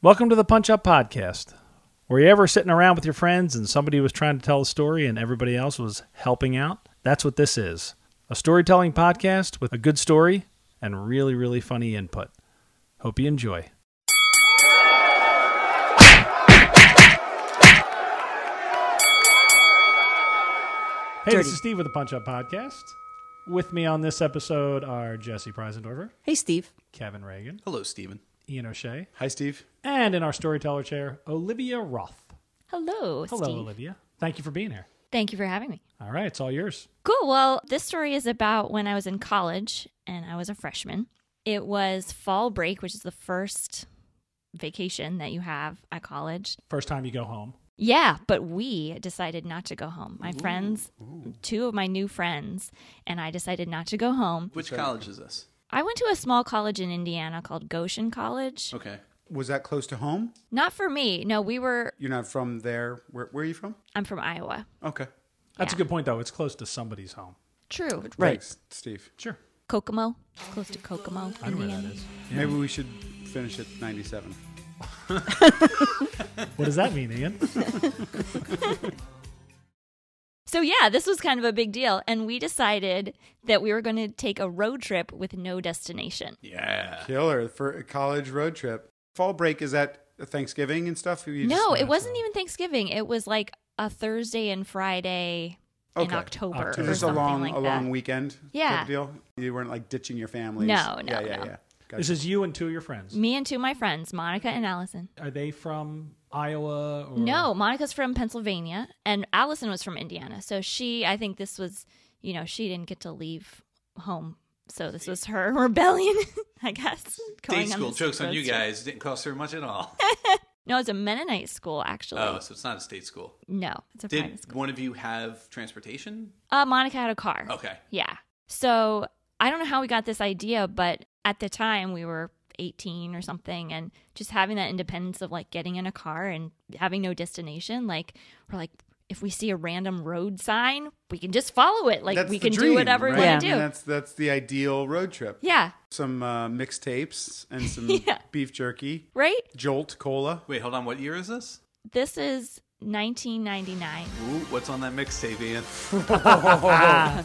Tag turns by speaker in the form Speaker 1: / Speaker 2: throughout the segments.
Speaker 1: Welcome to the Punch Up Podcast. Were you ever sitting around with your friends and somebody was trying to tell a story and everybody else was helping out? That's what this is a storytelling podcast with a good story and really, really funny input. Hope you enjoy. Hey, this
Speaker 2: Dirty.
Speaker 1: is Steve with the Punch Up Podcast. With me on this episode are Jesse Preisendorfer,
Speaker 2: Hey, Steve.
Speaker 1: Kevin Reagan,
Speaker 3: Hello, Stephen.
Speaker 1: Ian O'Shea,
Speaker 3: Hi, Steve.
Speaker 1: And in our storyteller chair, Olivia Roth.
Speaker 4: Hello,
Speaker 1: Hello,
Speaker 4: Oh, Steve.
Speaker 1: Olivia. Thank you for being here.
Speaker 4: Thank you for having me.
Speaker 1: All right, it's all yours.
Speaker 4: Cool. Well, this story is about when I was in college and I was a freshman. It was fall break, which is the first vacation that you have at college.
Speaker 1: First time you go home.
Speaker 4: Yeah, but we decided not to go home. My friends, two of my new friends, and I decided not to go home.
Speaker 3: Which college is this?
Speaker 4: I went to a small college in Indiana called Goshen College.
Speaker 3: Okay.
Speaker 5: Was that close to home?
Speaker 4: Not for me. No, we were,
Speaker 5: You're not from there. Where, where are you from?
Speaker 4: I'm from Iowa.
Speaker 3: Okay.
Speaker 1: That's a
Speaker 4: Yeah.
Speaker 1: good point, though. It's close to somebody's home.
Speaker 4: True.
Speaker 2: Right.
Speaker 5: Thanks, Steve.
Speaker 1: Sure.
Speaker 4: Kokomo, close to Kokomo,
Speaker 1: I know where
Speaker 4: Indiana.
Speaker 1: that is.
Speaker 5: Maybe we should finish at 97.
Speaker 1: What does that mean, Ian?
Speaker 4: So yeah, this was kind of a big deal, and we decided that we were going to take a road trip with no destination.
Speaker 3: Yeah.
Speaker 5: Killer for a college road trip. Fall break is that Thanksgiving and stuff? You just-
Speaker 4: no, it wasn't even Thanksgiving. It was like a Thursday and Friday in
Speaker 5: Okay.
Speaker 4: October,
Speaker 1: October.
Speaker 5: It
Speaker 4: or
Speaker 5: was just a
Speaker 4: something
Speaker 5: long,
Speaker 4: like
Speaker 5: a
Speaker 4: that.
Speaker 5: long weekend. type
Speaker 4: Yeah.
Speaker 5: Deal. You weren't like ditching your families.
Speaker 4: No, no,
Speaker 5: Yeah, yeah,
Speaker 4: no.
Speaker 5: yeah.
Speaker 1: This
Speaker 5: Gotcha.
Speaker 1: is you and two of your friends.
Speaker 4: Me and two of my friends, Monica and Allison.
Speaker 1: Are they from Iowa?
Speaker 3: Mm.
Speaker 1: Or...
Speaker 4: No, Monica's from Pennsylvania, and Allison was from Indiana. So she, I think this was, you know, she didn't get to leave home. So this was her rebellion, I guess.
Speaker 3: Day
Speaker 4: going on
Speaker 3: school.
Speaker 4: this
Speaker 3: Jokes on
Speaker 4: road
Speaker 3: you
Speaker 4: trip.
Speaker 3: guys. Didn't cost very much at all.
Speaker 4: No, it's a Mennonite school, actually.
Speaker 3: oh, so it's not a state school.
Speaker 4: No, it's a private
Speaker 3: Did
Speaker 4: school.
Speaker 3: one of you have transportation?
Speaker 4: Uh, Monica had a car.
Speaker 5: Oh.
Speaker 3: Okay.
Speaker 4: Yeah. So I don't know how we got this idea, but at the time we were 18 or something, and just having that independence of like getting in a car and having no destination, like, we're like, if we see a random road sign, we can just follow it. Like,
Speaker 5: That's
Speaker 4: we
Speaker 5: the
Speaker 4: can do
Speaker 5: dream,
Speaker 4: whatever
Speaker 5: right?
Speaker 4: we
Speaker 2: Yeah.
Speaker 4: want to
Speaker 5: I mean,
Speaker 4: do.
Speaker 5: that's that's the ideal road trip.
Speaker 4: yeah.
Speaker 5: Some uh, mixtapes and some
Speaker 4: Yeah.
Speaker 5: beef jerky,
Speaker 4: Right?
Speaker 5: Jolt cola.
Speaker 3: Wait, hold on. What year is this?
Speaker 4: This is 1999.
Speaker 3: Ooh, what's on that mixtape, Ian?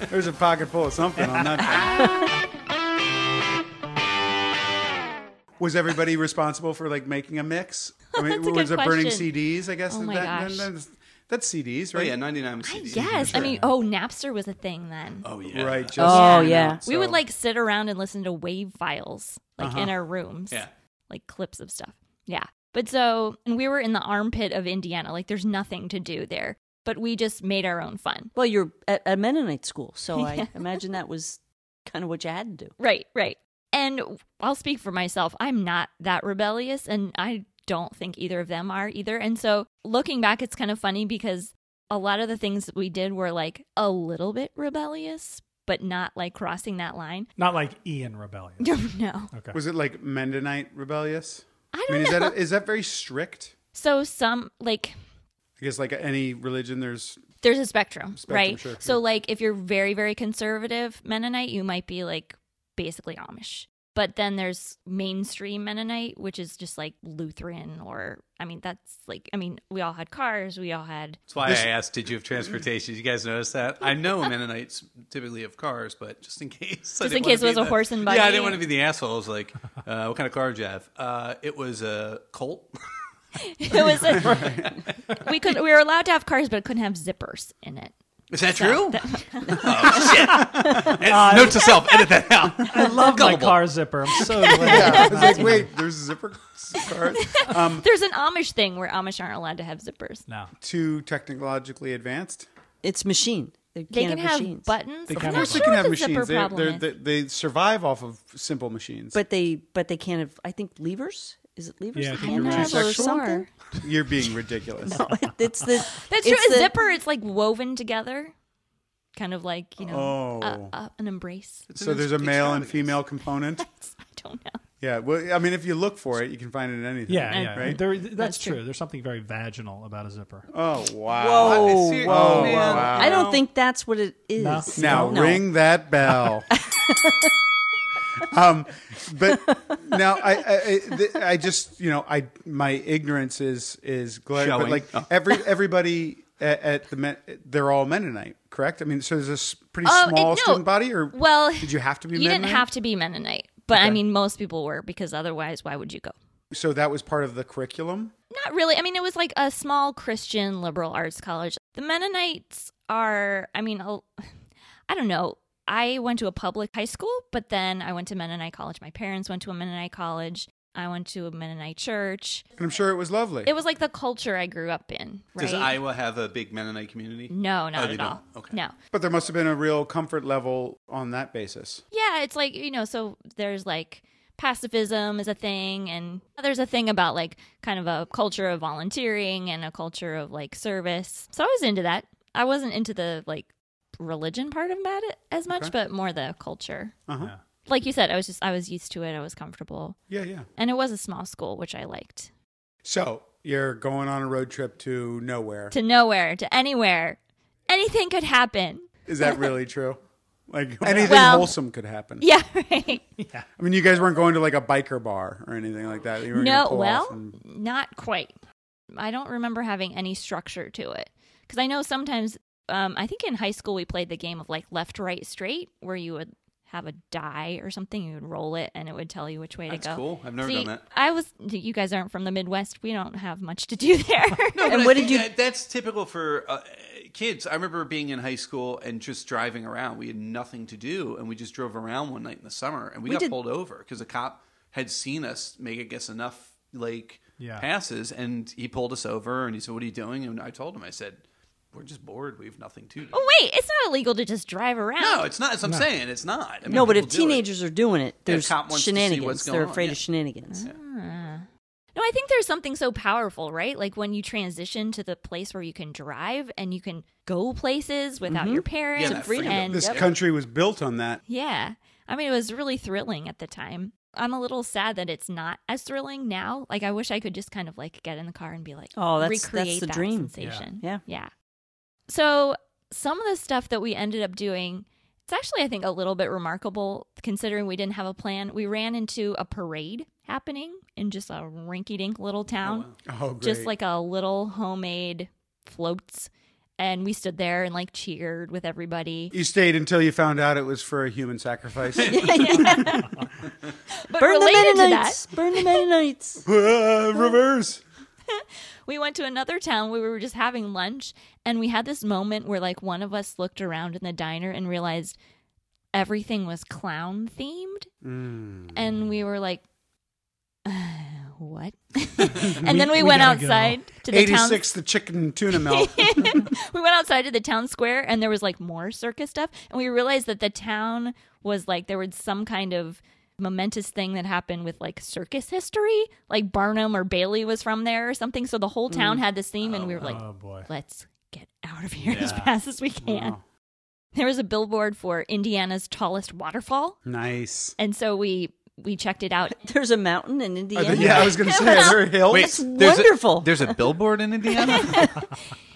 Speaker 5: There's a pocket full of something on that. thing. was everybody responsible for like making a mix? I mean,
Speaker 4: That's a
Speaker 5: was
Speaker 4: good
Speaker 5: it burning
Speaker 4: question.
Speaker 5: CDs? I guess
Speaker 4: Oh my gosh.
Speaker 5: that's, that's CDs,
Speaker 3: Oh,
Speaker 5: right?
Speaker 3: yeah, 99 was CD.
Speaker 4: yes. I mean, oh, Napster was a thing then.
Speaker 3: Oh, yeah.
Speaker 5: Right. Just
Speaker 2: Oh,
Speaker 5: you know,
Speaker 2: yeah.
Speaker 4: we would
Speaker 5: so- Uh-huh.
Speaker 4: like sit around and listen to wave files, like in our rooms.
Speaker 3: Yeah.
Speaker 4: like clips of stuff. Yeah. But so, and we were in the armpit of Indiana. Like, there's nothing to do there. But we just made our own fun.
Speaker 2: Well, you're at a Mennonite school, so I imagine that was kind of what you had to do.
Speaker 4: Right, right. And I'll speak for myself. I'm not that rebellious, and I don't think either of them are either. And so, looking back, it's kind of funny because a lot of the things that we did were like a little bit rebellious, but not like crossing that line.
Speaker 1: Not like Ian Rebellion.
Speaker 4: no.
Speaker 1: Okay.
Speaker 5: Was it like Mendonite rebellious?
Speaker 4: I
Speaker 5: I
Speaker 4: don't
Speaker 5: mean, is
Speaker 4: know.
Speaker 5: that is that very strict?
Speaker 4: so, some like,
Speaker 5: I guess like any religion, there's
Speaker 4: there's a spectrum,
Speaker 5: Spectrum,
Speaker 4: right?
Speaker 5: sure,
Speaker 4: So,
Speaker 5: yeah.
Speaker 4: like, if you're very, very conservative Mennonite, you might be like basically Amish. But then there's mainstream Mennonite, which is just like Lutheran, or I mean, that's like, I mean, we all had cars, we all had,
Speaker 3: That's why I asked, did you have transportation? You guys notice that? I know Mennonites typically have cars, but just in case. I
Speaker 4: in
Speaker 3: didn't
Speaker 4: case
Speaker 3: wanna
Speaker 4: it was
Speaker 3: be
Speaker 4: a
Speaker 3: the-
Speaker 4: horse and
Speaker 3: Yeah, I
Speaker 4: buggy.
Speaker 3: didn't want to be the asshole. I was like, uh, what kind of car did you have? Uh, it was a Colt.
Speaker 4: it was, a, we could, we were allowed to have cars, but it couldn't have zippers in it.
Speaker 3: Is that true? oh shit! Note to self: edit that out.
Speaker 1: I love my
Speaker 3: Gullible.
Speaker 1: car zipper. I'm so glad.
Speaker 5: I was like, wait, there's zipper card.
Speaker 4: There's an Amish thing where Amish aren't allowed to have zippers.
Speaker 1: No.
Speaker 5: too technologically advanced.
Speaker 2: It's machine. They,
Speaker 4: They
Speaker 2: can't
Speaker 4: can have
Speaker 2: machines.
Speaker 4: buttons.
Speaker 1: They
Speaker 4: I'm
Speaker 1: can
Speaker 4: not
Speaker 1: have
Speaker 5: They
Speaker 4: sure
Speaker 5: can
Speaker 4: what
Speaker 5: have
Speaker 4: the
Speaker 5: machines.
Speaker 4: zipper
Speaker 5: They,
Speaker 4: problem
Speaker 5: they're,
Speaker 4: is.
Speaker 5: they they survive off of simple machines.
Speaker 2: but they but they can't have. I think levers. Is it levers?
Speaker 1: Yeah, I
Speaker 2: they
Speaker 1: think
Speaker 2: can't
Speaker 1: you're
Speaker 2: have
Speaker 1: right.
Speaker 2: or
Speaker 4: Sure.
Speaker 2: something.
Speaker 5: You're being ridiculous.
Speaker 2: It's the
Speaker 4: That's
Speaker 2: it's
Speaker 4: true. A
Speaker 2: the-
Speaker 4: zipper, it's like woven together, kind of like you know,
Speaker 5: Oh.
Speaker 4: a, a, an embrace.
Speaker 5: So there's a male and female component.
Speaker 4: I don't know.
Speaker 5: Yeah. Well, I mean, if you look for it, you can find it in anything.
Speaker 1: Yeah, yeah.
Speaker 5: Right?
Speaker 1: There, that's,
Speaker 4: That's
Speaker 1: true.
Speaker 4: true.
Speaker 1: There's something very vaginal about a zipper.
Speaker 5: Oh wow.
Speaker 2: whoa,
Speaker 3: see-
Speaker 2: whoa.
Speaker 3: oh, man.
Speaker 5: wow.
Speaker 2: I don't think that's what it is.
Speaker 1: No.
Speaker 5: Now ring that bell. um, but now I, I, I, th- I just you know I my ignorance is is glaring. But
Speaker 3: Showing.
Speaker 5: like
Speaker 3: Oh.
Speaker 5: every everybody at, at the Men, they're all Mennonite, correct? I mean, so there's this pretty
Speaker 4: Oh, it-
Speaker 5: small
Speaker 4: no.
Speaker 5: student body, or
Speaker 4: Well,
Speaker 5: did you have to be?
Speaker 4: you
Speaker 5: Mennonite?
Speaker 4: didn't have to be Mennonite, but I
Speaker 5: Okay.
Speaker 4: mean, most people were because otherwise, why would you go?
Speaker 5: So that was part of the curriculum.
Speaker 4: Not really. I mean, it was like a small Christian liberal arts college. The Mennonites are, I mean, a- I don't know. I went to a public high school, but then I went to Mennonite college. My parents went to a Mennonite college. I went to a Mennonite church.
Speaker 5: And I'm sure it was lovely.
Speaker 4: It was like the culture I grew up in. Right?
Speaker 3: Does Iowa have a big Mennonite community?
Speaker 4: No, not
Speaker 3: Oh, they
Speaker 4: at
Speaker 3: don't.
Speaker 4: all.
Speaker 3: Okay.
Speaker 4: No.
Speaker 5: but there must have been a real comfort level on that basis.
Speaker 4: Yeah, it's like, you know, so there's like pacifism is a thing and there's a thing about like kind of a culture of volunteering and a culture of like service. So I was into that. I wasn't into the like religion part of it as much,
Speaker 5: Okay.
Speaker 4: but more the culture.
Speaker 5: Uh
Speaker 3: Uh-huh.
Speaker 5: huh.
Speaker 4: Like you said, I was just I was used to it. I was comfortable.
Speaker 5: Yeah, yeah.
Speaker 4: And it was a small school, which I liked.
Speaker 5: So you're going on a road trip to nowhere.
Speaker 4: To nowhere, to anywhere. Anything could happen.
Speaker 5: Is that really true? Like anything
Speaker 4: Well-
Speaker 5: wholesome could happen.
Speaker 4: Yeah, right.
Speaker 5: I mean, you guys weren't going to like a biker bar or anything like that. You were
Speaker 4: No,
Speaker 5: gonna pull
Speaker 4: well,
Speaker 5: off and-
Speaker 4: not quite. I don't remember having any structure to it because I know sometimes. Um, I think in high school we played the game of like left, right, straight, where you would have a die or something, you would roll it, and it would tell you which way
Speaker 3: That's
Speaker 4: to go.
Speaker 3: cool. I've never
Speaker 4: See,
Speaker 3: done that.
Speaker 4: I was. You guys aren't from the Midwest. We don't have much to do there.
Speaker 3: But
Speaker 2: and
Speaker 3: I
Speaker 2: what did
Speaker 3: think
Speaker 2: you?
Speaker 3: that- that's typical for uh, kids. I remember being in high school and just driving around. We had nothing to do, and we just drove around one night in the summer, and we,
Speaker 2: We
Speaker 3: got
Speaker 2: did-
Speaker 3: pulled over because a cop had seen us make, I guess, enough like
Speaker 1: Yeah.
Speaker 3: passes, and he pulled us over, and he said, "What are you doing?" And I told him, I said, "We're just bored. We have nothing to do."
Speaker 4: oh wait, it's not illegal to just drive around.
Speaker 3: No, it's not. That's what I'm saying. It's not. I mean,
Speaker 2: No, but if
Speaker 3: people do it.
Speaker 2: teenagers are doing it, there's
Speaker 3: cop wants to see what's
Speaker 2: shenanigans. They're
Speaker 3: going on,
Speaker 2: afraid
Speaker 3: yeah.
Speaker 2: of shenanigans.
Speaker 4: No, I think there's something so powerful, right? Like when you transition to the place where you can drive and you can go places without your parents.
Speaker 3: Mm-hmm. that freedom.
Speaker 4: And
Speaker 5: this
Speaker 3: Yep.
Speaker 5: country was built on that.
Speaker 4: Yeah. I mean, it was really thrilling at the time. I'm a little sad that it's not as thrilling now. Like, I wish I could just kind of like get in the car and be like,
Speaker 2: Oh, that's- that's
Speaker 4: recreate
Speaker 2: the
Speaker 4: that
Speaker 2: dream.
Speaker 4: sensation.
Speaker 2: Yeah.
Speaker 4: Yeah. So, some of the stuff that we ended up doing, it's actually, I think, a little bit remarkable considering we didn't have a plan. We ran into a parade happening in just a rinky dink little town
Speaker 5: Oh, great.
Speaker 4: just like a little homemade floats. And we stood there and like cheered with everybody.
Speaker 5: you stayed until you found out it was for a human sacrifice.
Speaker 4: But
Speaker 2: Burn the
Speaker 4: related to that,
Speaker 2: Mennonites! Burn the Mennonites!
Speaker 5: Ah, reverse.
Speaker 4: we went to another town where we were just having lunch and we had this moment where like one of us looked around in the diner and realized everything was clown themed and we were like uh, what and then
Speaker 1: we
Speaker 4: we, went
Speaker 1: gotta go.
Speaker 4: outside to the town
Speaker 5: Eighty-six, the chicken tuna melt.
Speaker 4: we went outside to the town square and there was like more circus stuff and we realized that the town was like there was some kind of momentous thing that happened with like circus history like barnum or bailey was from there or something so the whole town had this theme and we were like
Speaker 1: Oh boy.
Speaker 4: let's get out of here as
Speaker 1: Yeah.
Speaker 4: fast as we can
Speaker 5: Wow.
Speaker 4: there was a billboard for indiana's tallest waterfall
Speaker 5: Nice.
Speaker 4: and so we we checked it out
Speaker 2: There's a mountain in
Speaker 5: Are
Speaker 2: Indiana.
Speaker 5: there- yeah, I was going to say, are there hills?
Speaker 3: Wait,
Speaker 2: That's
Speaker 3: there's a-
Speaker 2: wonderful.
Speaker 3: there's a billboard in Indiana.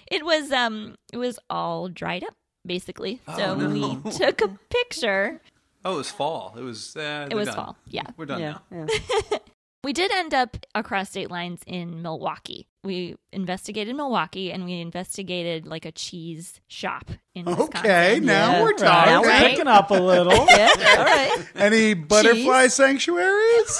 Speaker 4: it was um it was all dried up basically so
Speaker 3: Oh, no.
Speaker 4: we took a picture
Speaker 3: Oh, it was fall. It was. Uh,
Speaker 4: it
Speaker 3: we're
Speaker 4: was
Speaker 3: done.
Speaker 4: fall yeah
Speaker 3: We're done
Speaker 2: yeah,
Speaker 3: now.
Speaker 2: yeah.
Speaker 4: We did end up across state lines in Milwaukee. We investigated Milwaukee and we investigated like a cheese shop in Wisconsin.
Speaker 5: Okay, now
Speaker 2: Yeah.
Speaker 5: we're
Speaker 2: Right.
Speaker 5: talking.
Speaker 2: Now we're-
Speaker 1: Picking up a little.
Speaker 2: Yeah, all right.
Speaker 5: Any butterfly sanctuaries?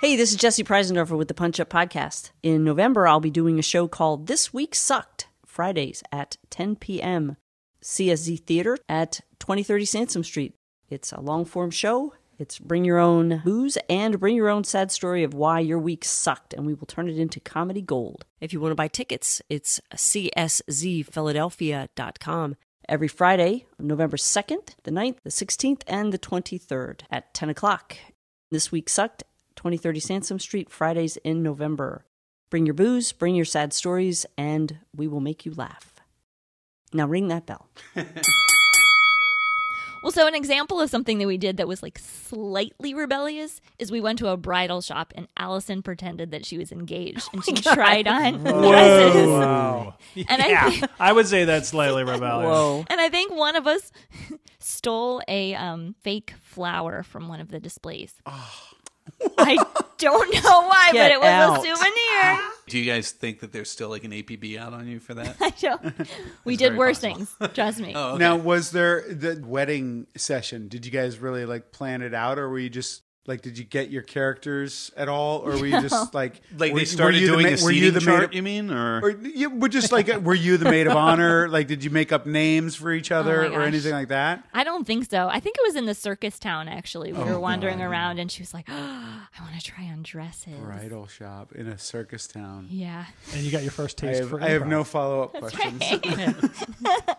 Speaker 2: Hey, this is Jesse Preisendorfer with the Punch Up Podcast. In November, I'll be doing a show called This Week Sucked, Fridays at 10 p.m. CSZ Theater at 2030 Sansom Street. It's a long form show. It's bring your own booze and bring your own sad story of why your week sucked, and we will turn it into comedy gold. If you want to buy tickets, it's cszphiladelphia.com. Every Friday, November 2nd, the 9th, the 16th, and the 23rd at 10 o'clock. This Week Sucked, 2030 Sansom Street, Fridays in November. Bring your booze, bring your sad stories, and we will make you laugh. Now ring that bell.
Speaker 4: Well, so an example of something that we did that was like slightly rebellious is we went to a bridal shop and Allison pretended that she was engaged and she tried on dresses.
Speaker 1: Wow.
Speaker 4: And I
Speaker 1: yeah,
Speaker 4: think-
Speaker 1: I would say that's slightly rebellious.
Speaker 2: Whoa.
Speaker 4: And I think one of us stole a um, fake flower from one of the displays. I don't know why,
Speaker 2: Get
Speaker 4: but it was
Speaker 2: out.
Speaker 4: a souvenir.
Speaker 3: Do you guys think that there's still like an APB out on you for that?
Speaker 4: I don't. We did
Speaker 3: very
Speaker 4: worse
Speaker 3: possible.
Speaker 4: things. Trust me.
Speaker 3: Oh, okay.
Speaker 5: Now, was there the wedding session? Did you guys really like plan it out, or were you just like, did you get your characters at all, or were you just like,
Speaker 3: like
Speaker 5: were,
Speaker 3: they started
Speaker 5: were you
Speaker 3: doing a
Speaker 5: the, ma- were
Speaker 3: seating
Speaker 5: you the
Speaker 3: chart,
Speaker 5: maid
Speaker 3: you mean,
Speaker 5: of, or you were just like, were you the maid of honor? Like, did you make up names for
Speaker 3: Oh
Speaker 5: each other
Speaker 4: my
Speaker 5: or
Speaker 4: gosh.
Speaker 5: anything like that?
Speaker 4: I don't think so. I think it was in the circus town actually.
Speaker 3: Oh,
Speaker 4: We were wandering around and she was like, I want to try on dresses.
Speaker 5: Bridal shop in a circus town.
Speaker 4: Yeah.
Speaker 1: And you got your first
Speaker 5: I
Speaker 1: taste
Speaker 5: have,
Speaker 1: for
Speaker 5: I have
Speaker 1: improv.
Speaker 5: no follow up questions.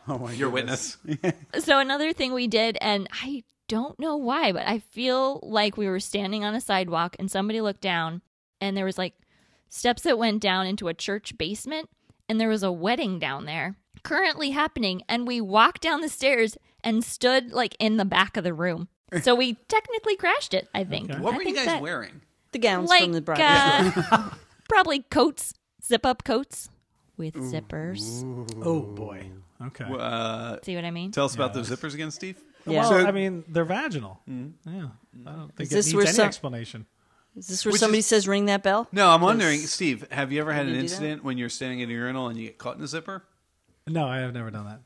Speaker 5: oh my
Speaker 3: Your
Speaker 5: goodness.
Speaker 3: witness.
Speaker 4: So another thing we did, and I don't know why, but I feel like we were standing on a sidewalk and somebody looked down and there was like steps that went down into a church basement and there was a wedding down there currently happening and we walked down the stairs and stood like in the back of the room. So we technically crashed it, I think.
Speaker 1: Okay.
Speaker 3: What
Speaker 4: I
Speaker 3: were you
Speaker 4: think
Speaker 3: guys
Speaker 4: that-
Speaker 3: wearing?
Speaker 2: The gowns
Speaker 4: Like
Speaker 2: from the bride.
Speaker 4: uh, probably coats, zip up coats with zippers.
Speaker 1: Oh boy. Okay.
Speaker 3: Uh,
Speaker 4: See what I mean?
Speaker 3: tell us about those zippers again, Steve.
Speaker 2: Yeah.
Speaker 1: Well, I mean, they're vaginal.
Speaker 5: Mm-hmm.
Speaker 1: Yeah. I don't think
Speaker 2: Is this
Speaker 1: it
Speaker 2: where
Speaker 1: needs any
Speaker 2: some-
Speaker 1: explanation.
Speaker 2: Is this where
Speaker 3: Which
Speaker 2: somebody
Speaker 3: is-
Speaker 2: says ring that bell?
Speaker 3: No, I'm wondering, Steve, have you ever had
Speaker 2: Did you
Speaker 3: an
Speaker 2: do that?
Speaker 3: incident when you're standing in a urinal and you get caught in a zipper?
Speaker 1: No, I have never done that.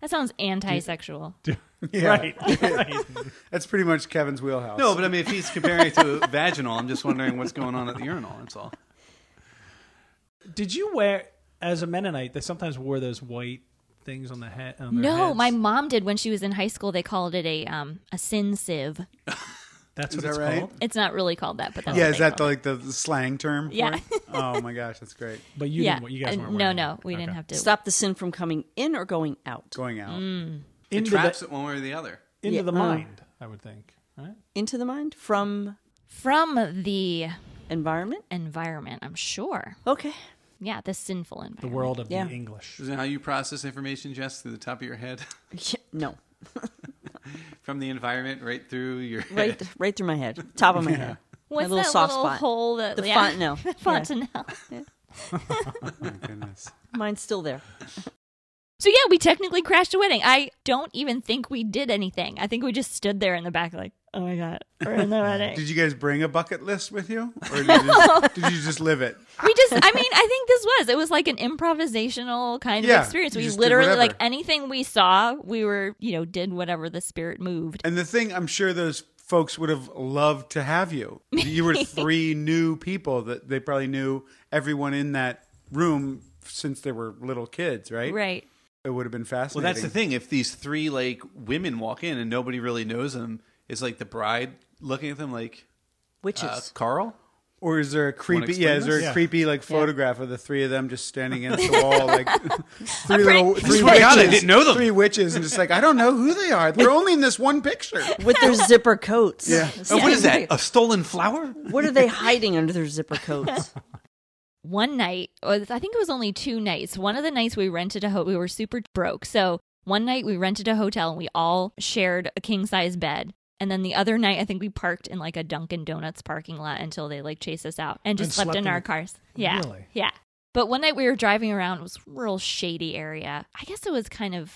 Speaker 4: That sounds anti-sexual.
Speaker 5: Yeah.
Speaker 1: Right.
Speaker 5: That's pretty much Kevin's wheelhouse.
Speaker 3: No, but I mean, if he's comparing it to vaginal, I'm just wondering what's going on at the urinal. That's all.
Speaker 1: Did you wear as a Mennonite? They sometimes wore those white things on the head. On their
Speaker 4: No,
Speaker 1: heads.
Speaker 4: my mom did when she was in high school. They called it a um a sin sieve.
Speaker 1: That's
Speaker 5: Is
Speaker 1: what
Speaker 5: that
Speaker 1: it's
Speaker 5: right?
Speaker 1: called.
Speaker 4: It's not really called that, but that's
Speaker 5: yeah,
Speaker 4: what
Speaker 5: is
Speaker 4: they
Speaker 5: that the,
Speaker 4: called
Speaker 5: like the the slang term? for
Speaker 4: Yeah.
Speaker 5: it? oh my gosh, that's great.
Speaker 1: But
Speaker 4: it.
Speaker 1: you
Speaker 4: yeah.
Speaker 1: didn't. You guys
Speaker 4: And
Speaker 1: weren't
Speaker 4: no,
Speaker 1: wearing
Speaker 4: no,
Speaker 1: that.
Speaker 4: we didn't
Speaker 1: Okay.
Speaker 4: have to.
Speaker 2: Stop the sin from coming in or going out.
Speaker 5: Going out.
Speaker 3: It
Speaker 1: into
Speaker 3: traps
Speaker 1: the,
Speaker 3: it one way or the other.
Speaker 1: into
Speaker 2: Yeah,
Speaker 1: the
Speaker 4: Mm.
Speaker 2: uh,
Speaker 1: mind. I would think. Right.
Speaker 2: Into the mind from
Speaker 4: from the
Speaker 2: environment.
Speaker 4: environment. I'm sure.
Speaker 2: Okay.
Speaker 4: Yeah, the sinful environment.
Speaker 1: The world of
Speaker 2: Yeah.
Speaker 1: the English.
Speaker 3: Isn't that how you process information, Jess, through the top of your head,
Speaker 2: Yeah, no.
Speaker 3: from the environment right through your
Speaker 2: Right right through my head. Top of my head.
Speaker 4: What's
Speaker 2: my little
Speaker 4: that
Speaker 2: soft
Speaker 4: little
Speaker 2: spot.
Speaker 4: hole that
Speaker 2: The
Speaker 4: yeah.
Speaker 2: fontanel.
Speaker 4: the fontanel.
Speaker 5: Oh my goodness.
Speaker 2: Mine's still there.
Speaker 4: So yeah, we technically crashed a wedding. I don't even think we did anything. I think we just stood there in the back, like, oh my god, we're in the wedding.
Speaker 5: Did you guys bring a bucket list with you, or did you just, did you just live it?
Speaker 4: we just i mean i think this was it was like an improvisational kind
Speaker 5: Yeah,
Speaker 4: of experience
Speaker 5: you
Speaker 4: we
Speaker 5: just did
Speaker 4: literally
Speaker 5: whatever.
Speaker 4: like anything we saw we were you know did whatever the spirit moved
Speaker 5: And the thing, I'm sure those folks would have loved to have you. You were three new people that they probably knew everyone in that room since they were little kids, right?
Speaker 4: right
Speaker 5: It would have been
Speaker 3: Well,
Speaker 5: fascinating.
Speaker 3: that's the thing. If these three like women walk in and nobody really knows them, it's like the bride looking at them like
Speaker 2: Witches.
Speaker 3: uh, Carl.
Speaker 5: Or is there a creepy?
Speaker 3: explain
Speaker 5: Yeah, is there a
Speaker 1: this? Yeah.
Speaker 5: creepy like photograph of the three of them just standing against the wall, like three little three
Speaker 3: swear to
Speaker 5: witches?
Speaker 3: God, I didn't know them.
Speaker 5: Three witches, and just like I don't know who they are. They're only in this one picture.
Speaker 2: With their zipper coats.
Speaker 5: Yeah.
Speaker 3: Oh, what is that? A stolen flower?
Speaker 2: What are they hiding under their zipper coats?
Speaker 4: one night or i think it was only two nights one of the nights we rented a hotel we were super broke so one night we rented a hotel and we all shared a king size bed and then the other night i think we parked in like a dunkin' donuts parking lot until they like chased us out and just
Speaker 1: And
Speaker 4: slept,
Speaker 1: slept
Speaker 4: in
Speaker 1: in
Speaker 4: our
Speaker 1: the-
Speaker 4: cars yeah
Speaker 1: Really?
Speaker 4: yeah but one night we were driving around it was a real shady area i guess it was kind of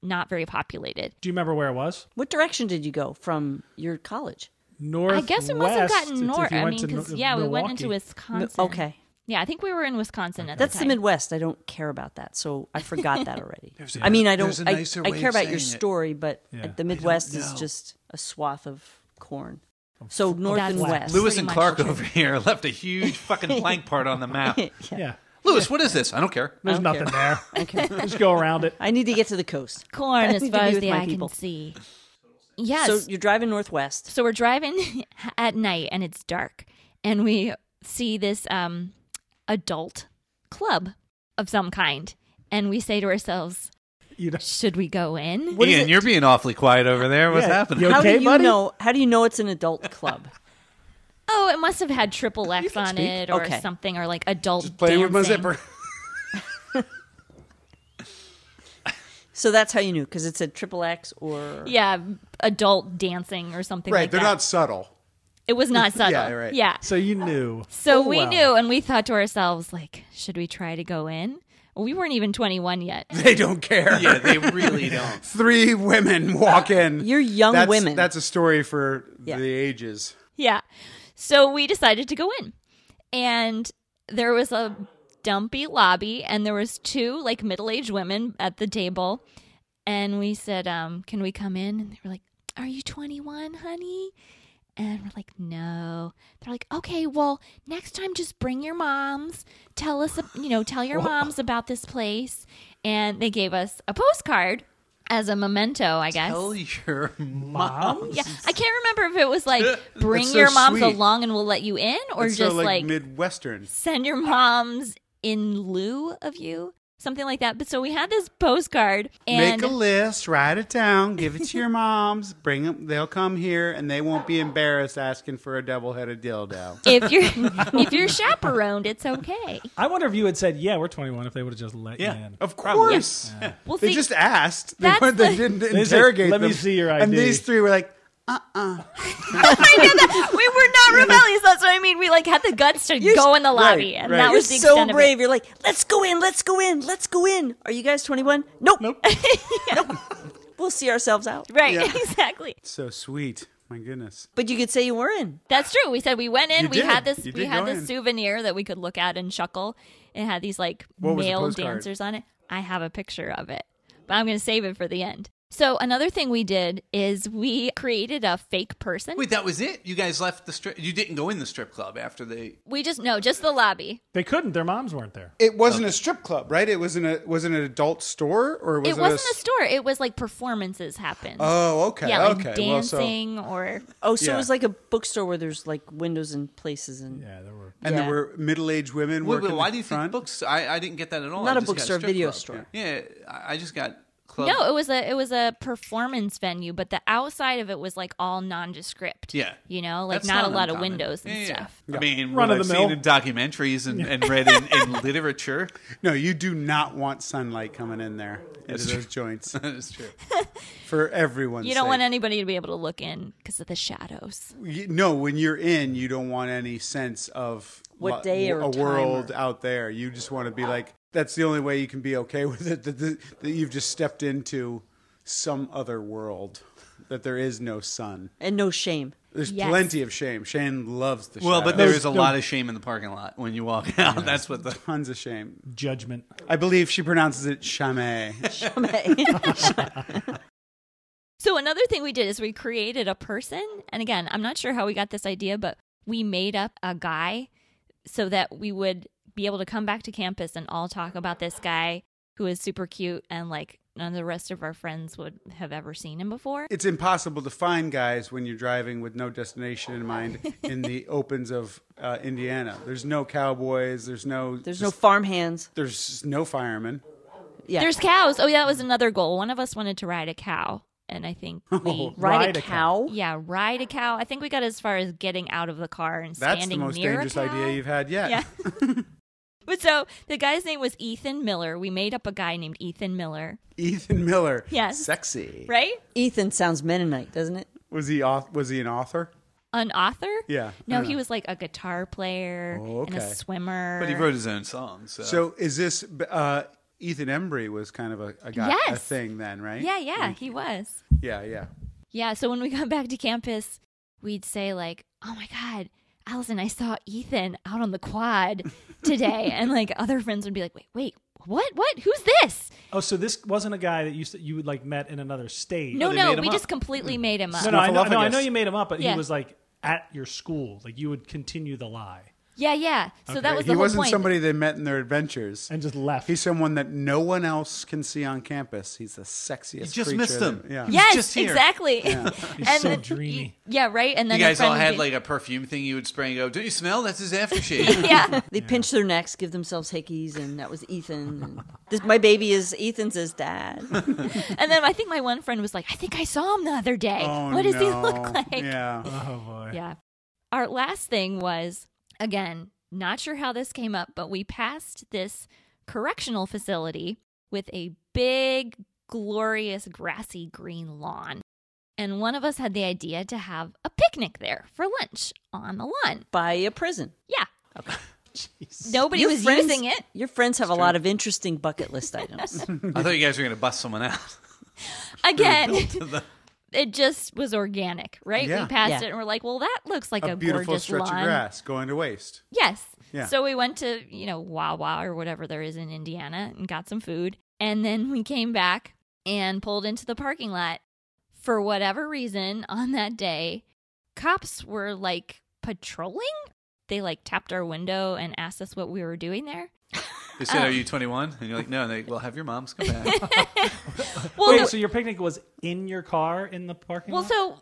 Speaker 4: not very populated
Speaker 1: Do you remember where it was?
Speaker 2: what direction did you go from your college?
Speaker 1: North.
Speaker 4: I guess it must have gotten
Speaker 1: north.
Speaker 4: north. I mean, because yeah, we went into
Speaker 2: No-
Speaker 4: Wisconsin.
Speaker 2: okay.
Speaker 4: Yeah, I think we were in Wisconsin at
Speaker 2: That's the
Speaker 4: the time.
Speaker 2: Midwest. I don't care about that. So I forgot that already.
Speaker 3: a-
Speaker 2: I mean, I
Speaker 3: there's
Speaker 2: don't.
Speaker 3: a
Speaker 2: I,
Speaker 3: nicer
Speaker 2: I
Speaker 3: way
Speaker 2: care
Speaker 3: of
Speaker 2: about your
Speaker 3: saying it.
Speaker 2: story, but
Speaker 1: Yeah. I
Speaker 2: the
Speaker 1: don't
Speaker 2: Midwest is
Speaker 3: know.
Speaker 2: just a swath of corn. So north and
Speaker 4: flat.
Speaker 2: west.
Speaker 4: Louis-
Speaker 3: Lewis
Speaker 4: Pretty
Speaker 3: and
Speaker 4: much
Speaker 3: Clark
Speaker 4: the truth.
Speaker 3: over here left a huge fucking blank part on the map.
Speaker 1: Yeah.
Speaker 3: Lewis, what is this? I don't care.
Speaker 1: There's
Speaker 2: don't
Speaker 1: nothing there.
Speaker 2: Okay.
Speaker 1: Just go around it.
Speaker 2: I need to get to the coast.
Speaker 4: corn
Speaker 2: I
Speaker 4: as
Speaker 2: need to
Speaker 4: far
Speaker 2: be
Speaker 4: as
Speaker 2: with
Speaker 4: the
Speaker 2: my
Speaker 4: eye
Speaker 2: people.
Speaker 4: can see. Yes.
Speaker 2: So you're driving northwest.
Speaker 4: so we're driving at night and it's dark and we see this um adult club of some kind and we say to ourselves
Speaker 1: You know,
Speaker 4: should we go in
Speaker 2: What is
Speaker 3: Ian,
Speaker 2: it?
Speaker 3: you're being awfully quiet over there. What's
Speaker 1: Yeah,
Speaker 3: happening?
Speaker 1: yo-
Speaker 2: How
Speaker 1: okay,
Speaker 2: do you
Speaker 1: buddy?
Speaker 2: know? How do you know it's an adult club?
Speaker 4: oh it must have had triple x on
Speaker 1: speak.
Speaker 4: it or
Speaker 2: Okay.
Speaker 4: something or like adult
Speaker 3: Oh
Speaker 5: Playing with my
Speaker 4: dancing.
Speaker 5: zipper.
Speaker 2: So that's how you knew because it said triple X or
Speaker 4: Yeah, adult dancing or something
Speaker 5: right.
Speaker 4: like
Speaker 5: they're
Speaker 4: that.
Speaker 5: not subtle.
Speaker 4: it was not subtle.
Speaker 5: Yeah, right.
Speaker 4: Yeah.
Speaker 1: So you knew.
Speaker 4: So
Speaker 1: Oh,
Speaker 4: we
Speaker 1: wow.
Speaker 4: knew and we thought to ourselves, like, should we try to go in? We weren't even 21 yet.
Speaker 5: They don't care.
Speaker 3: Yeah, they really don't.
Speaker 5: Three women walk in.
Speaker 2: You're young
Speaker 5: that's,
Speaker 2: women.
Speaker 5: That's a story for
Speaker 2: Yeah.
Speaker 5: the ages.
Speaker 4: Yeah. So we decided to go in. And there was a dumpy lobby and there was two like middle-aged women at the table and we said, um, "Can we come in?" And they were like, "Are you 21, honey?" And we're like, "No." They're like, "Okay, well, next time just bring your moms. Tell us, you know, tell your moms about this place." And they gave us a postcard as a memento, I guess.
Speaker 3: Tell your mom.
Speaker 4: Yeah, I can't remember if it was like bring
Speaker 5: That's so
Speaker 4: your moms
Speaker 5: sweet.
Speaker 4: along and we'll let you in, or
Speaker 5: It's
Speaker 4: just
Speaker 5: so,
Speaker 4: like,
Speaker 5: Midwestern.
Speaker 4: send your moms in lieu of you, something like that. But so we had this postcard, and
Speaker 5: Make a list, write it down, give it to your moms, bring them. They'll come here and they won't be embarrassed asking for a double-headed dildo.
Speaker 4: if you're if you're chaperoned, it's okay.
Speaker 1: I wonder if you had said, "Yeah, we're 21," if they would have just let you
Speaker 3: Yeah,
Speaker 1: in.
Speaker 5: Of
Speaker 3: Probably.
Speaker 5: course,
Speaker 4: We'll
Speaker 5: they
Speaker 4: see.
Speaker 5: just asked. They,
Speaker 4: That's
Speaker 5: weren't- they
Speaker 4: the-
Speaker 5: didn't
Speaker 1: said,
Speaker 5: interrogate
Speaker 1: "Let me
Speaker 5: them."
Speaker 1: see your
Speaker 5: And
Speaker 1: ID.
Speaker 5: these three were like,
Speaker 4: I know that we were not rebellious. That's what I mean. We like had the guts to go in the lobby, and
Speaker 5: right.
Speaker 4: that
Speaker 2: You're
Speaker 4: was the
Speaker 2: so
Speaker 4: extent of it.
Speaker 2: brave. You're like, let's go in, let's go in, let's go in. Are you guys 21? Nope. Nope. We'll see ourselves out.
Speaker 4: Right, exactly.
Speaker 5: "So sweet, my goodness."
Speaker 2: But you could say you were in.
Speaker 4: That's true. We said we went in.
Speaker 5: You
Speaker 4: we
Speaker 5: did.
Speaker 4: had this.
Speaker 5: You
Speaker 4: We
Speaker 5: did
Speaker 4: had
Speaker 5: go
Speaker 4: this
Speaker 5: in.
Speaker 4: souvenir that we could look at and chuckle. It had these like
Speaker 5: What was the
Speaker 4: male
Speaker 5: postcard?
Speaker 4: dancers on it. I have a picture of it, but I'm going to save it for the end. So another thing we did is we created a fake person.
Speaker 3: Wait, that was it? You guys left the strip. You didn't go in the strip club after they.
Speaker 4: we just no, just the lobby.
Speaker 1: They couldn't. Their moms weren't there.
Speaker 5: It wasn't a strip club, right? It wasn't a was it an adult store or was
Speaker 4: It
Speaker 5: it,
Speaker 4: wasn't
Speaker 5: s-
Speaker 4: a store. It was like performances happened.
Speaker 5: Oh, okay,
Speaker 4: yeah, like
Speaker 5: okay. Well, so-
Speaker 4: dancing or
Speaker 2: Oh, so it
Speaker 5: Yeah.
Speaker 2: was like a bookstore where there's like windows and places and
Speaker 1: Yeah, there were.
Speaker 5: and
Speaker 2: Yeah.
Speaker 5: there were middle-aged women
Speaker 3: Wait,
Speaker 5: working
Speaker 3: wait, why
Speaker 5: at
Speaker 3: do you
Speaker 5: the front.
Speaker 3: think books? I, I didn't get that at all.
Speaker 2: Not
Speaker 3: a
Speaker 2: a bookstore, video store.
Speaker 3: Yeah, I I just got
Speaker 5: Oh.
Speaker 3: club.
Speaker 4: no, it was a it was a performance venue, but the outside of it was like all nondescript.
Speaker 3: Yeah.
Speaker 4: you know, like
Speaker 3: That's
Speaker 4: not, a lot
Speaker 3: uncommon.
Speaker 4: of windows and
Speaker 3: Yeah, yeah.
Speaker 4: stuff.
Speaker 3: I
Speaker 1: Run
Speaker 3: mean,
Speaker 1: of
Speaker 3: what I've
Speaker 1: the
Speaker 3: seen
Speaker 1: mill.
Speaker 3: in documentaries and, and read in, in literature.
Speaker 5: No, you do not want sunlight coming in there into those joints
Speaker 3: That is true.
Speaker 5: for everyone's
Speaker 4: You don't
Speaker 5: sake.
Speaker 4: want anybody to be able to look in because of the shadows.
Speaker 5: You- no, when you're in, you don't want any sense of
Speaker 2: What
Speaker 5: lo-
Speaker 2: day or
Speaker 5: a
Speaker 2: time
Speaker 5: world
Speaker 2: or-
Speaker 5: out there. You just want to be like that's the only way you can be okay with it that, that, that you've just stepped into some other world that there is no sun.
Speaker 2: and no shame.
Speaker 5: There's
Speaker 4: Yes.
Speaker 5: plenty of shame. Shane loves the
Speaker 3: Well,
Speaker 5: shadows.
Speaker 3: but there
Speaker 1: Those-
Speaker 3: is a lot of shame in the parking lot when you walk out. That's what the.
Speaker 5: tons of shame.
Speaker 1: Judgment.
Speaker 5: I believe she pronounces it chame.
Speaker 4: So another thing we did is we created a person, and again, I'm not sure how we got this idea, but we made up a guy so that we would be able to come back to campus and all talk about this guy who is super cute and like none of the rest of our friends would have ever seen him before.
Speaker 5: it's impossible to find guys when you're driving with no destination in mind in the opens of uh, Indiana. There's no cowboys. There's no.
Speaker 2: There's no farm hands.
Speaker 5: There's no firemen.
Speaker 2: Yeah.
Speaker 4: There's cows. Oh yeah, that was another goal. One of us wanted to ride a cow, and I think
Speaker 5: Oh.
Speaker 4: we
Speaker 2: ride,
Speaker 1: Ride
Speaker 2: a
Speaker 1: a
Speaker 2: cow.
Speaker 4: yeah ride a cow. I think we got as far as getting out of the car and
Speaker 5: That's
Speaker 4: standing
Speaker 5: the most
Speaker 4: near
Speaker 5: dangerous
Speaker 4: a cow.
Speaker 5: idea you've had yet.
Speaker 4: Yeah. But so the guy's name was Ethan Miller. We made up a guy named Ethan Miller,
Speaker 5: Ethan Miller.
Speaker 4: Yes.
Speaker 5: Sexy.
Speaker 4: right?
Speaker 2: Ethan sounds Mennonite, doesn't it?
Speaker 5: Was he auth- was he an author?
Speaker 4: An author?
Speaker 5: Yeah, I
Speaker 4: No,
Speaker 5: don't
Speaker 4: he
Speaker 5: know.
Speaker 4: was like a guitar player
Speaker 5: Oh,
Speaker 4: and
Speaker 5: okay.
Speaker 4: a swimmer.
Speaker 3: But he wrote his own song, so.
Speaker 5: So is this uh, Ethan Embry was kind of a, a guy a
Speaker 4: Yes.
Speaker 5: thing then, right?
Speaker 4: Yeah, yeah, he was.
Speaker 5: Yeah, yeah.
Speaker 4: Yeah, so when we got back to campus, we'd say like, "Oh my god, Allison, I saw Ethan out on the quad today." and like other friends would be like, "Wait, wait, what? What? Who's this?"
Speaker 1: Oh, so this wasn't a guy that you s- you would like met in another state.
Speaker 4: No,
Speaker 3: they
Speaker 4: no,
Speaker 3: made him
Speaker 4: we
Speaker 3: up.
Speaker 4: just completely made him up.
Speaker 1: no, no, I know, no, I know
Speaker 5: Snuffleupagus.
Speaker 1: you made him up, but
Speaker 4: Yeah.
Speaker 1: he was like at your school. Like you would continue the lie
Speaker 4: Yeah, yeah. So that was the
Speaker 5: he
Speaker 4: whole
Speaker 5: wasn't
Speaker 4: point.
Speaker 5: somebody they met in their adventures.
Speaker 1: and just left.
Speaker 5: He's someone that no one else can see on campus. He's the
Speaker 3: You
Speaker 5: sexiest.
Speaker 3: just
Speaker 5: creature
Speaker 3: missed him.
Speaker 5: that- yeah.
Speaker 3: He's
Speaker 4: yes,
Speaker 3: just here.
Speaker 4: exactly.
Speaker 1: He's so dreamy.
Speaker 4: Yeah, right. And
Speaker 3: you
Speaker 4: then a
Speaker 3: guys all
Speaker 4: friend would
Speaker 3: had
Speaker 4: be-
Speaker 3: like a perfume thing you would spray and go, "Don't you smell? That's his aftershave."
Speaker 4: yeah.
Speaker 2: They pinch their necks, give themselves hickeys, and that was Ethan. And this, my baby is Ethan's his dad.
Speaker 4: And then I think my one friend was like, I think I saw him the other day.
Speaker 5: Oh,
Speaker 4: what does he
Speaker 5: no.
Speaker 4: look like?
Speaker 5: Yeah.
Speaker 1: Oh boy.
Speaker 4: Yeah. Our last thing was, again, not sure how this came up, but we passed this correctional facility with a big glorious grassy green lawn. And one of us had the idea to have a picnic there for lunch on the lawn.
Speaker 2: by a prison.
Speaker 4: Yeah. Nobody was using it.
Speaker 2: Your friends have a lot of interesting bucket list items.
Speaker 3: I thought you guys were going to bust someone out.
Speaker 4: Again, it just was organic, right?
Speaker 5: Yeah.
Speaker 4: We passed
Speaker 2: Yeah.
Speaker 4: it and we're like, well, that looks like a,
Speaker 5: a beautiful
Speaker 4: gorgeous
Speaker 5: stretch
Speaker 4: lawn.
Speaker 5: of grass going to waste.
Speaker 4: Yes.
Speaker 5: Yeah.
Speaker 4: So we went to, you know, Wawa or whatever there is in Indiana and got some food. And then we came back and pulled into the parking lot. For whatever reason, on that day, cops were like patrolling. They like tapped our window and asked us what we were doing there.
Speaker 3: They said, "Are you 21?" And you're like, "No." And they, well, have your moms come back.
Speaker 4: Well,
Speaker 1: Wait,
Speaker 4: no-
Speaker 1: so your picnic was in your car in the parking
Speaker 4: Well,
Speaker 1: lot?
Speaker 4: so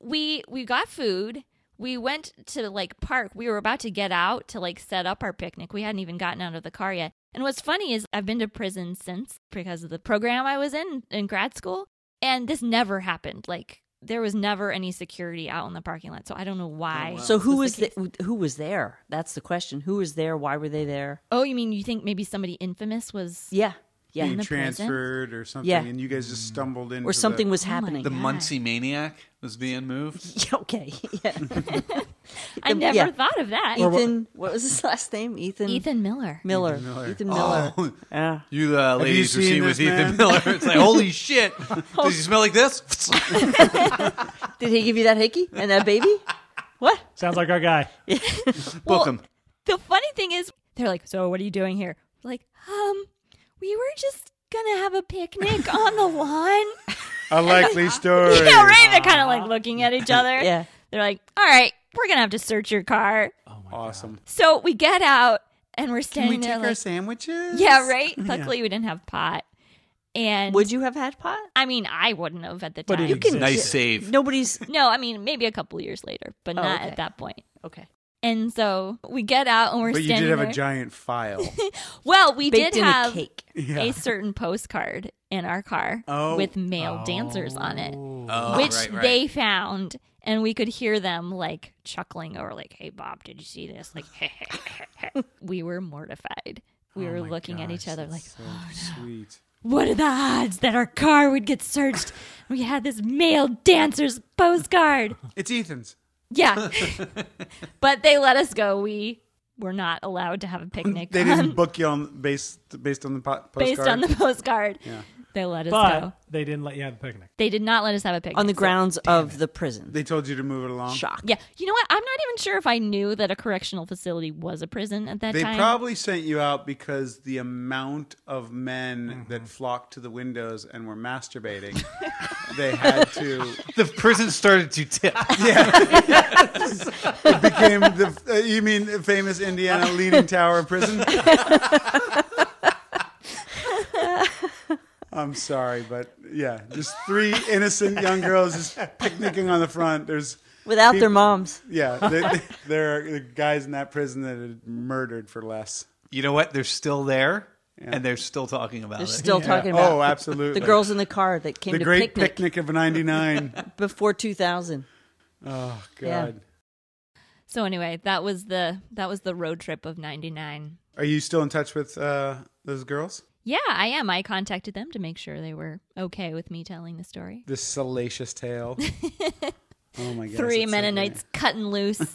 Speaker 4: we we got food. We went to like park. We were about to get out to like set up our picnic. We hadn't even gotten out of the car yet. And what's funny is I've been to prison since because of the program I was in in grad school, and this never happened. Like there was never any security out in the parking lot. So I don't
Speaker 2: Oh,
Speaker 4: know why.
Speaker 2: so who was
Speaker 4: the
Speaker 2: the,
Speaker 4: case.
Speaker 2: who was there? That's the question. Who was there? Why were they there?
Speaker 4: Oh, you mean you think maybe somebody infamous was
Speaker 2: Yeah, yeah,
Speaker 4: In
Speaker 5: Being
Speaker 4: the present?
Speaker 5: transferred or something,
Speaker 2: Yeah.
Speaker 5: and you guys just stumbled into
Speaker 2: or something
Speaker 5: the,
Speaker 2: was
Speaker 4: Oh my
Speaker 2: happening.
Speaker 3: the
Speaker 4: God.
Speaker 3: Muncie maniac was being moved.
Speaker 2: Yeah, okay, yeah.
Speaker 4: I never
Speaker 2: yeah.
Speaker 4: thought of that.
Speaker 2: Ethan, what was his last name? Ethan.
Speaker 4: Ethan Miller.
Speaker 2: Miller. Ethan Miller.
Speaker 5: Miller.
Speaker 3: Oh,
Speaker 2: Yeah.
Speaker 3: you uh, ladies were
Speaker 5: seen
Speaker 3: seen with
Speaker 5: this
Speaker 3: Ethan
Speaker 5: man?
Speaker 3: Miller. It's like, holy shit! Does he smell like this?
Speaker 2: Did he give you that hickey and that baby? what?
Speaker 1: Sounds like our guy.
Speaker 3: Book him.
Speaker 4: The funny thing is, they're like, "So what are you doing here?" We're like, um, we were just gonna have a picnic on the lawn.
Speaker 5: a likely story.
Speaker 4: yeah, right. They're kind of like looking at each other.
Speaker 2: Yeah.
Speaker 4: They're like, "All right, we're gonna have to search your car."
Speaker 5: Oh, Awesome.
Speaker 4: So we get out and we're
Speaker 5: Can we
Speaker 4: standing
Speaker 5: take
Speaker 4: there
Speaker 5: our
Speaker 4: like,
Speaker 5: sandwiches?
Speaker 4: "Yeah, right." Luckily, we didn't have pot. And
Speaker 2: Would you have had pot?
Speaker 4: I mean, I wouldn't have at the
Speaker 1: But
Speaker 4: time.
Speaker 1: it exists.
Speaker 3: Nice save.
Speaker 2: Nobody's
Speaker 4: no, I mean, maybe a couple years later, but
Speaker 2: Oh,
Speaker 4: not
Speaker 2: okay.
Speaker 4: at that point.
Speaker 2: okay.
Speaker 4: And so we get out and we're
Speaker 5: But you
Speaker 4: standing
Speaker 5: did have
Speaker 4: there. Oh,
Speaker 5: a giant file.
Speaker 4: well, we
Speaker 2: Baked
Speaker 4: did
Speaker 2: in
Speaker 4: have
Speaker 2: a cake.
Speaker 4: a certain postcard in our car
Speaker 5: Oh.
Speaker 4: with male dancers on it,
Speaker 3: Oh,
Speaker 4: which
Speaker 3: right, right.
Speaker 4: they found, and we could hear them like chuckling or like, "Hey, Bob, did you see this?" Like, we were mortified. We
Speaker 5: Oh
Speaker 4: were looking at each other like,
Speaker 5: so sweet.
Speaker 4: "What are the odds that our car would get searched?" we had this male dancer's postcard.
Speaker 5: It's Ethan's.
Speaker 4: Yeah, but they let us go. We were not allowed to have a picnic
Speaker 5: They
Speaker 4: on-
Speaker 5: didn't book you on based based on the po- postcard.
Speaker 4: um, based on the postcard. They let us
Speaker 1: But
Speaker 4: go.
Speaker 1: they didn't let you have a picnic.
Speaker 4: They did not let us have a picnic
Speaker 2: On the
Speaker 4: so-
Speaker 2: grounds of the prison.
Speaker 5: They told you to move it along.
Speaker 2: Shock.
Speaker 4: Yeah, you know what? I'm not even sure if I knew that a correctional facility was a prison at that
Speaker 5: They
Speaker 4: time.
Speaker 5: probably sent you out because the amount of men that flocked to the windows and were masturbating, they had to
Speaker 3: The prison started to tip.
Speaker 5: became the. Uh, you mean the famous Indiana Leaning Tower prison? I'm sorry, but yeah, just three innocent young girls just picnicking on the front. There's
Speaker 2: Without their
Speaker 5: People-
Speaker 2: moms.
Speaker 5: yeah, they, there are guys in that prison that had murdered for less.
Speaker 3: You know what? They're still there, and they're still talking about
Speaker 2: They're
Speaker 3: it.
Speaker 2: still talking
Speaker 5: Yeah.
Speaker 2: about
Speaker 5: oh, absolutely.
Speaker 2: the girls in the car that came
Speaker 5: the
Speaker 2: to
Speaker 5: great
Speaker 2: picnic,
Speaker 5: picnic, of '99.
Speaker 2: before 2000.
Speaker 5: Oh God.
Speaker 2: Yeah.
Speaker 4: So anyway, that was the that was the road trip of '99.
Speaker 5: Are you still in touch with uh, those girls?
Speaker 4: Yeah, I am. I contacted them to make sure they were okay with me telling the story.
Speaker 5: This salacious tale. oh my
Speaker 4: Three
Speaker 5: God. it's so great.
Speaker 4: Mennonites cutting loose.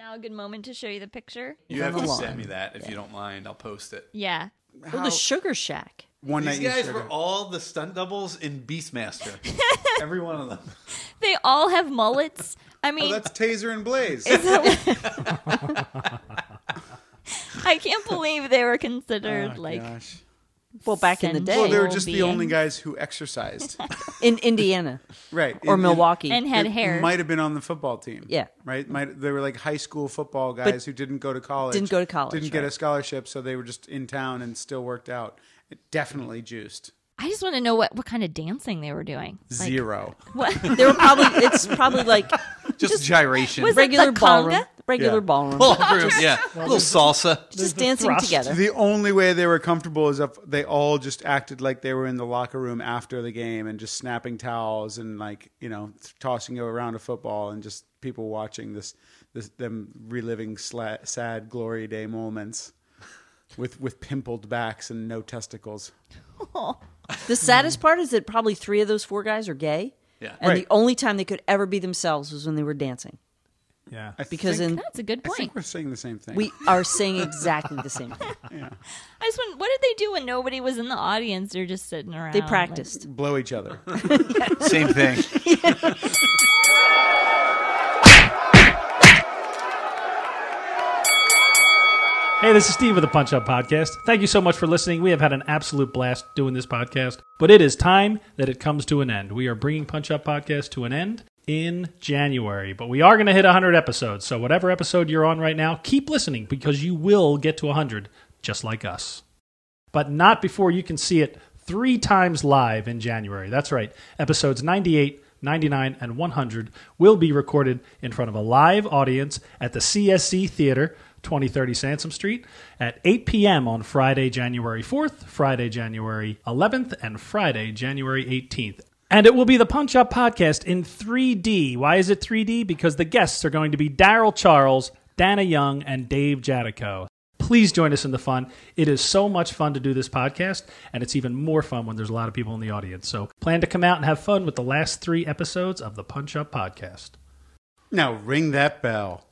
Speaker 4: now a good moment to show you the picture.
Speaker 3: You have
Speaker 2: On the
Speaker 3: to
Speaker 2: lawn.
Speaker 3: send me that if you don't mind. I'll post it.
Speaker 4: Yeah,
Speaker 2: Well, the Sugar Shack.
Speaker 5: One
Speaker 3: These
Speaker 5: night you
Speaker 3: guys
Speaker 5: showed
Speaker 3: were
Speaker 5: up.
Speaker 3: all the stunt doubles in Beastmaster. Every one of them.
Speaker 4: they all have mullets. I mean,
Speaker 5: Oh, That's Taser and Blaze.
Speaker 4: I can't believe they were considered
Speaker 5: Oh,
Speaker 4: like
Speaker 5: Gosh.
Speaker 2: Well, back in the
Speaker 4: Sensual.
Speaker 2: day.
Speaker 5: Well, they were just the
Speaker 4: being-
Speaker 5: only guys who exercised,
Speaker 2: in Indiana
Speaker 5: right?
Speaker 2: or
Speaker 5: It- it-
Speaker 2: Milwaukee.
Speaker 4: and had
Speaker 5: it
Speaker 4: hair.
Speaker 5: Might have been on the football team.
Speaker 2: Yeah.
Speaker 5: Right. Might they were like high school football guys who didn't go to college.
Speaker 2: Didn't go to college,
Speaker 5: Didn't get
Speaker 2: right.
Speaker 5: a scholarship, so they were just in town and still worked out. Definitely juiced.
Speaker 4: I just want to know what what kind of dancing they were doing. Like,
Speaker 5: Zero.
Speaker 4: What?
Speaker 2: they were probably, it's probably like
Speaker 3: Just, gyration.
Speaker 4: Was it
Speaker 2: regular
Speaker 4: the
Speaker 2: ballroom.
Speaker 4: conga?
Speaker 2: Regular
Speaker 5: Yeah.
Speaker 2: ballroom.
Speaker 3: Ballroom, yeah. A little salsa.
Speaker 2: just
Speaker 1: the
Speaker 2: dancing
Speaker 1: thrust.
Speaker 2: together.
Speaker 5: The only way they were comfortable is if they all just acted like they were in the locker room after the game and just snapping towels and like you know th- tossing around a football and just people watching this, this them reliving sla- sad glory day moments with with pimpled backs and no testicles.
Speaker 4: Oh
Speaker 2: The saddest part is that probably three of those four guys are gay.
Speaker 3: Yeah.
Speaker 2: And
Speaker 5: Right.
Speaker 2: the only time they could ever be themselves was when they were dancing.
Speaker 1: Yeah.
Speaker 5: I
Speaker 2: Because
Speaker 5: think,
Speaker 2: in
Speaker 4: That's a good
Speaker 5: I
Speaker 4: point.
Speaker 5: think we're saying the same thing.
Speaker 2: we are saying exactly the same thing.
Speaker 4: I just went, what did they do when nobody was in the audience? They're just sitting around.
Speaker 2: They
Speaker 4: Oh, like-
Speaker 2: practiced.
Speaker 5: blow each other.
Speaker 3: Same thing.
Speaker 1: Hey, this is Steve with the Punch Up Podcast. Thank you so much for listening. We have had an absolute blast doing this podcast, but it is time that it comes to an end. We are bringing Punch Up Podcast to an end in January, but we are going to hit 100 episodes. So, whatever episode you're on right now, keep listening because you will get to 100 just like us. But not before you can see it three times live in January. That's right. Episodes 98, 99, and 100 will be recorded in front of a live audience at the CSC Theater, 2030 Sansom Street, at 8 p.m. on Friday, January 4th, Friday, January 11th, and Friday, January 18th. And it will be the Punch Up Podcast in 3D. Why is it 3D? Because the guests are going to be Daryl Charles, Dana Young, and Dave Jadico. Please join us in the fun. It is so much fun to do this podcast, and it's even more fun when there's a lot of people in the audience. So plan to come out and have fun with the last three episodes of the Punch Up Podcast.
Speaker 5: Now ring that bell.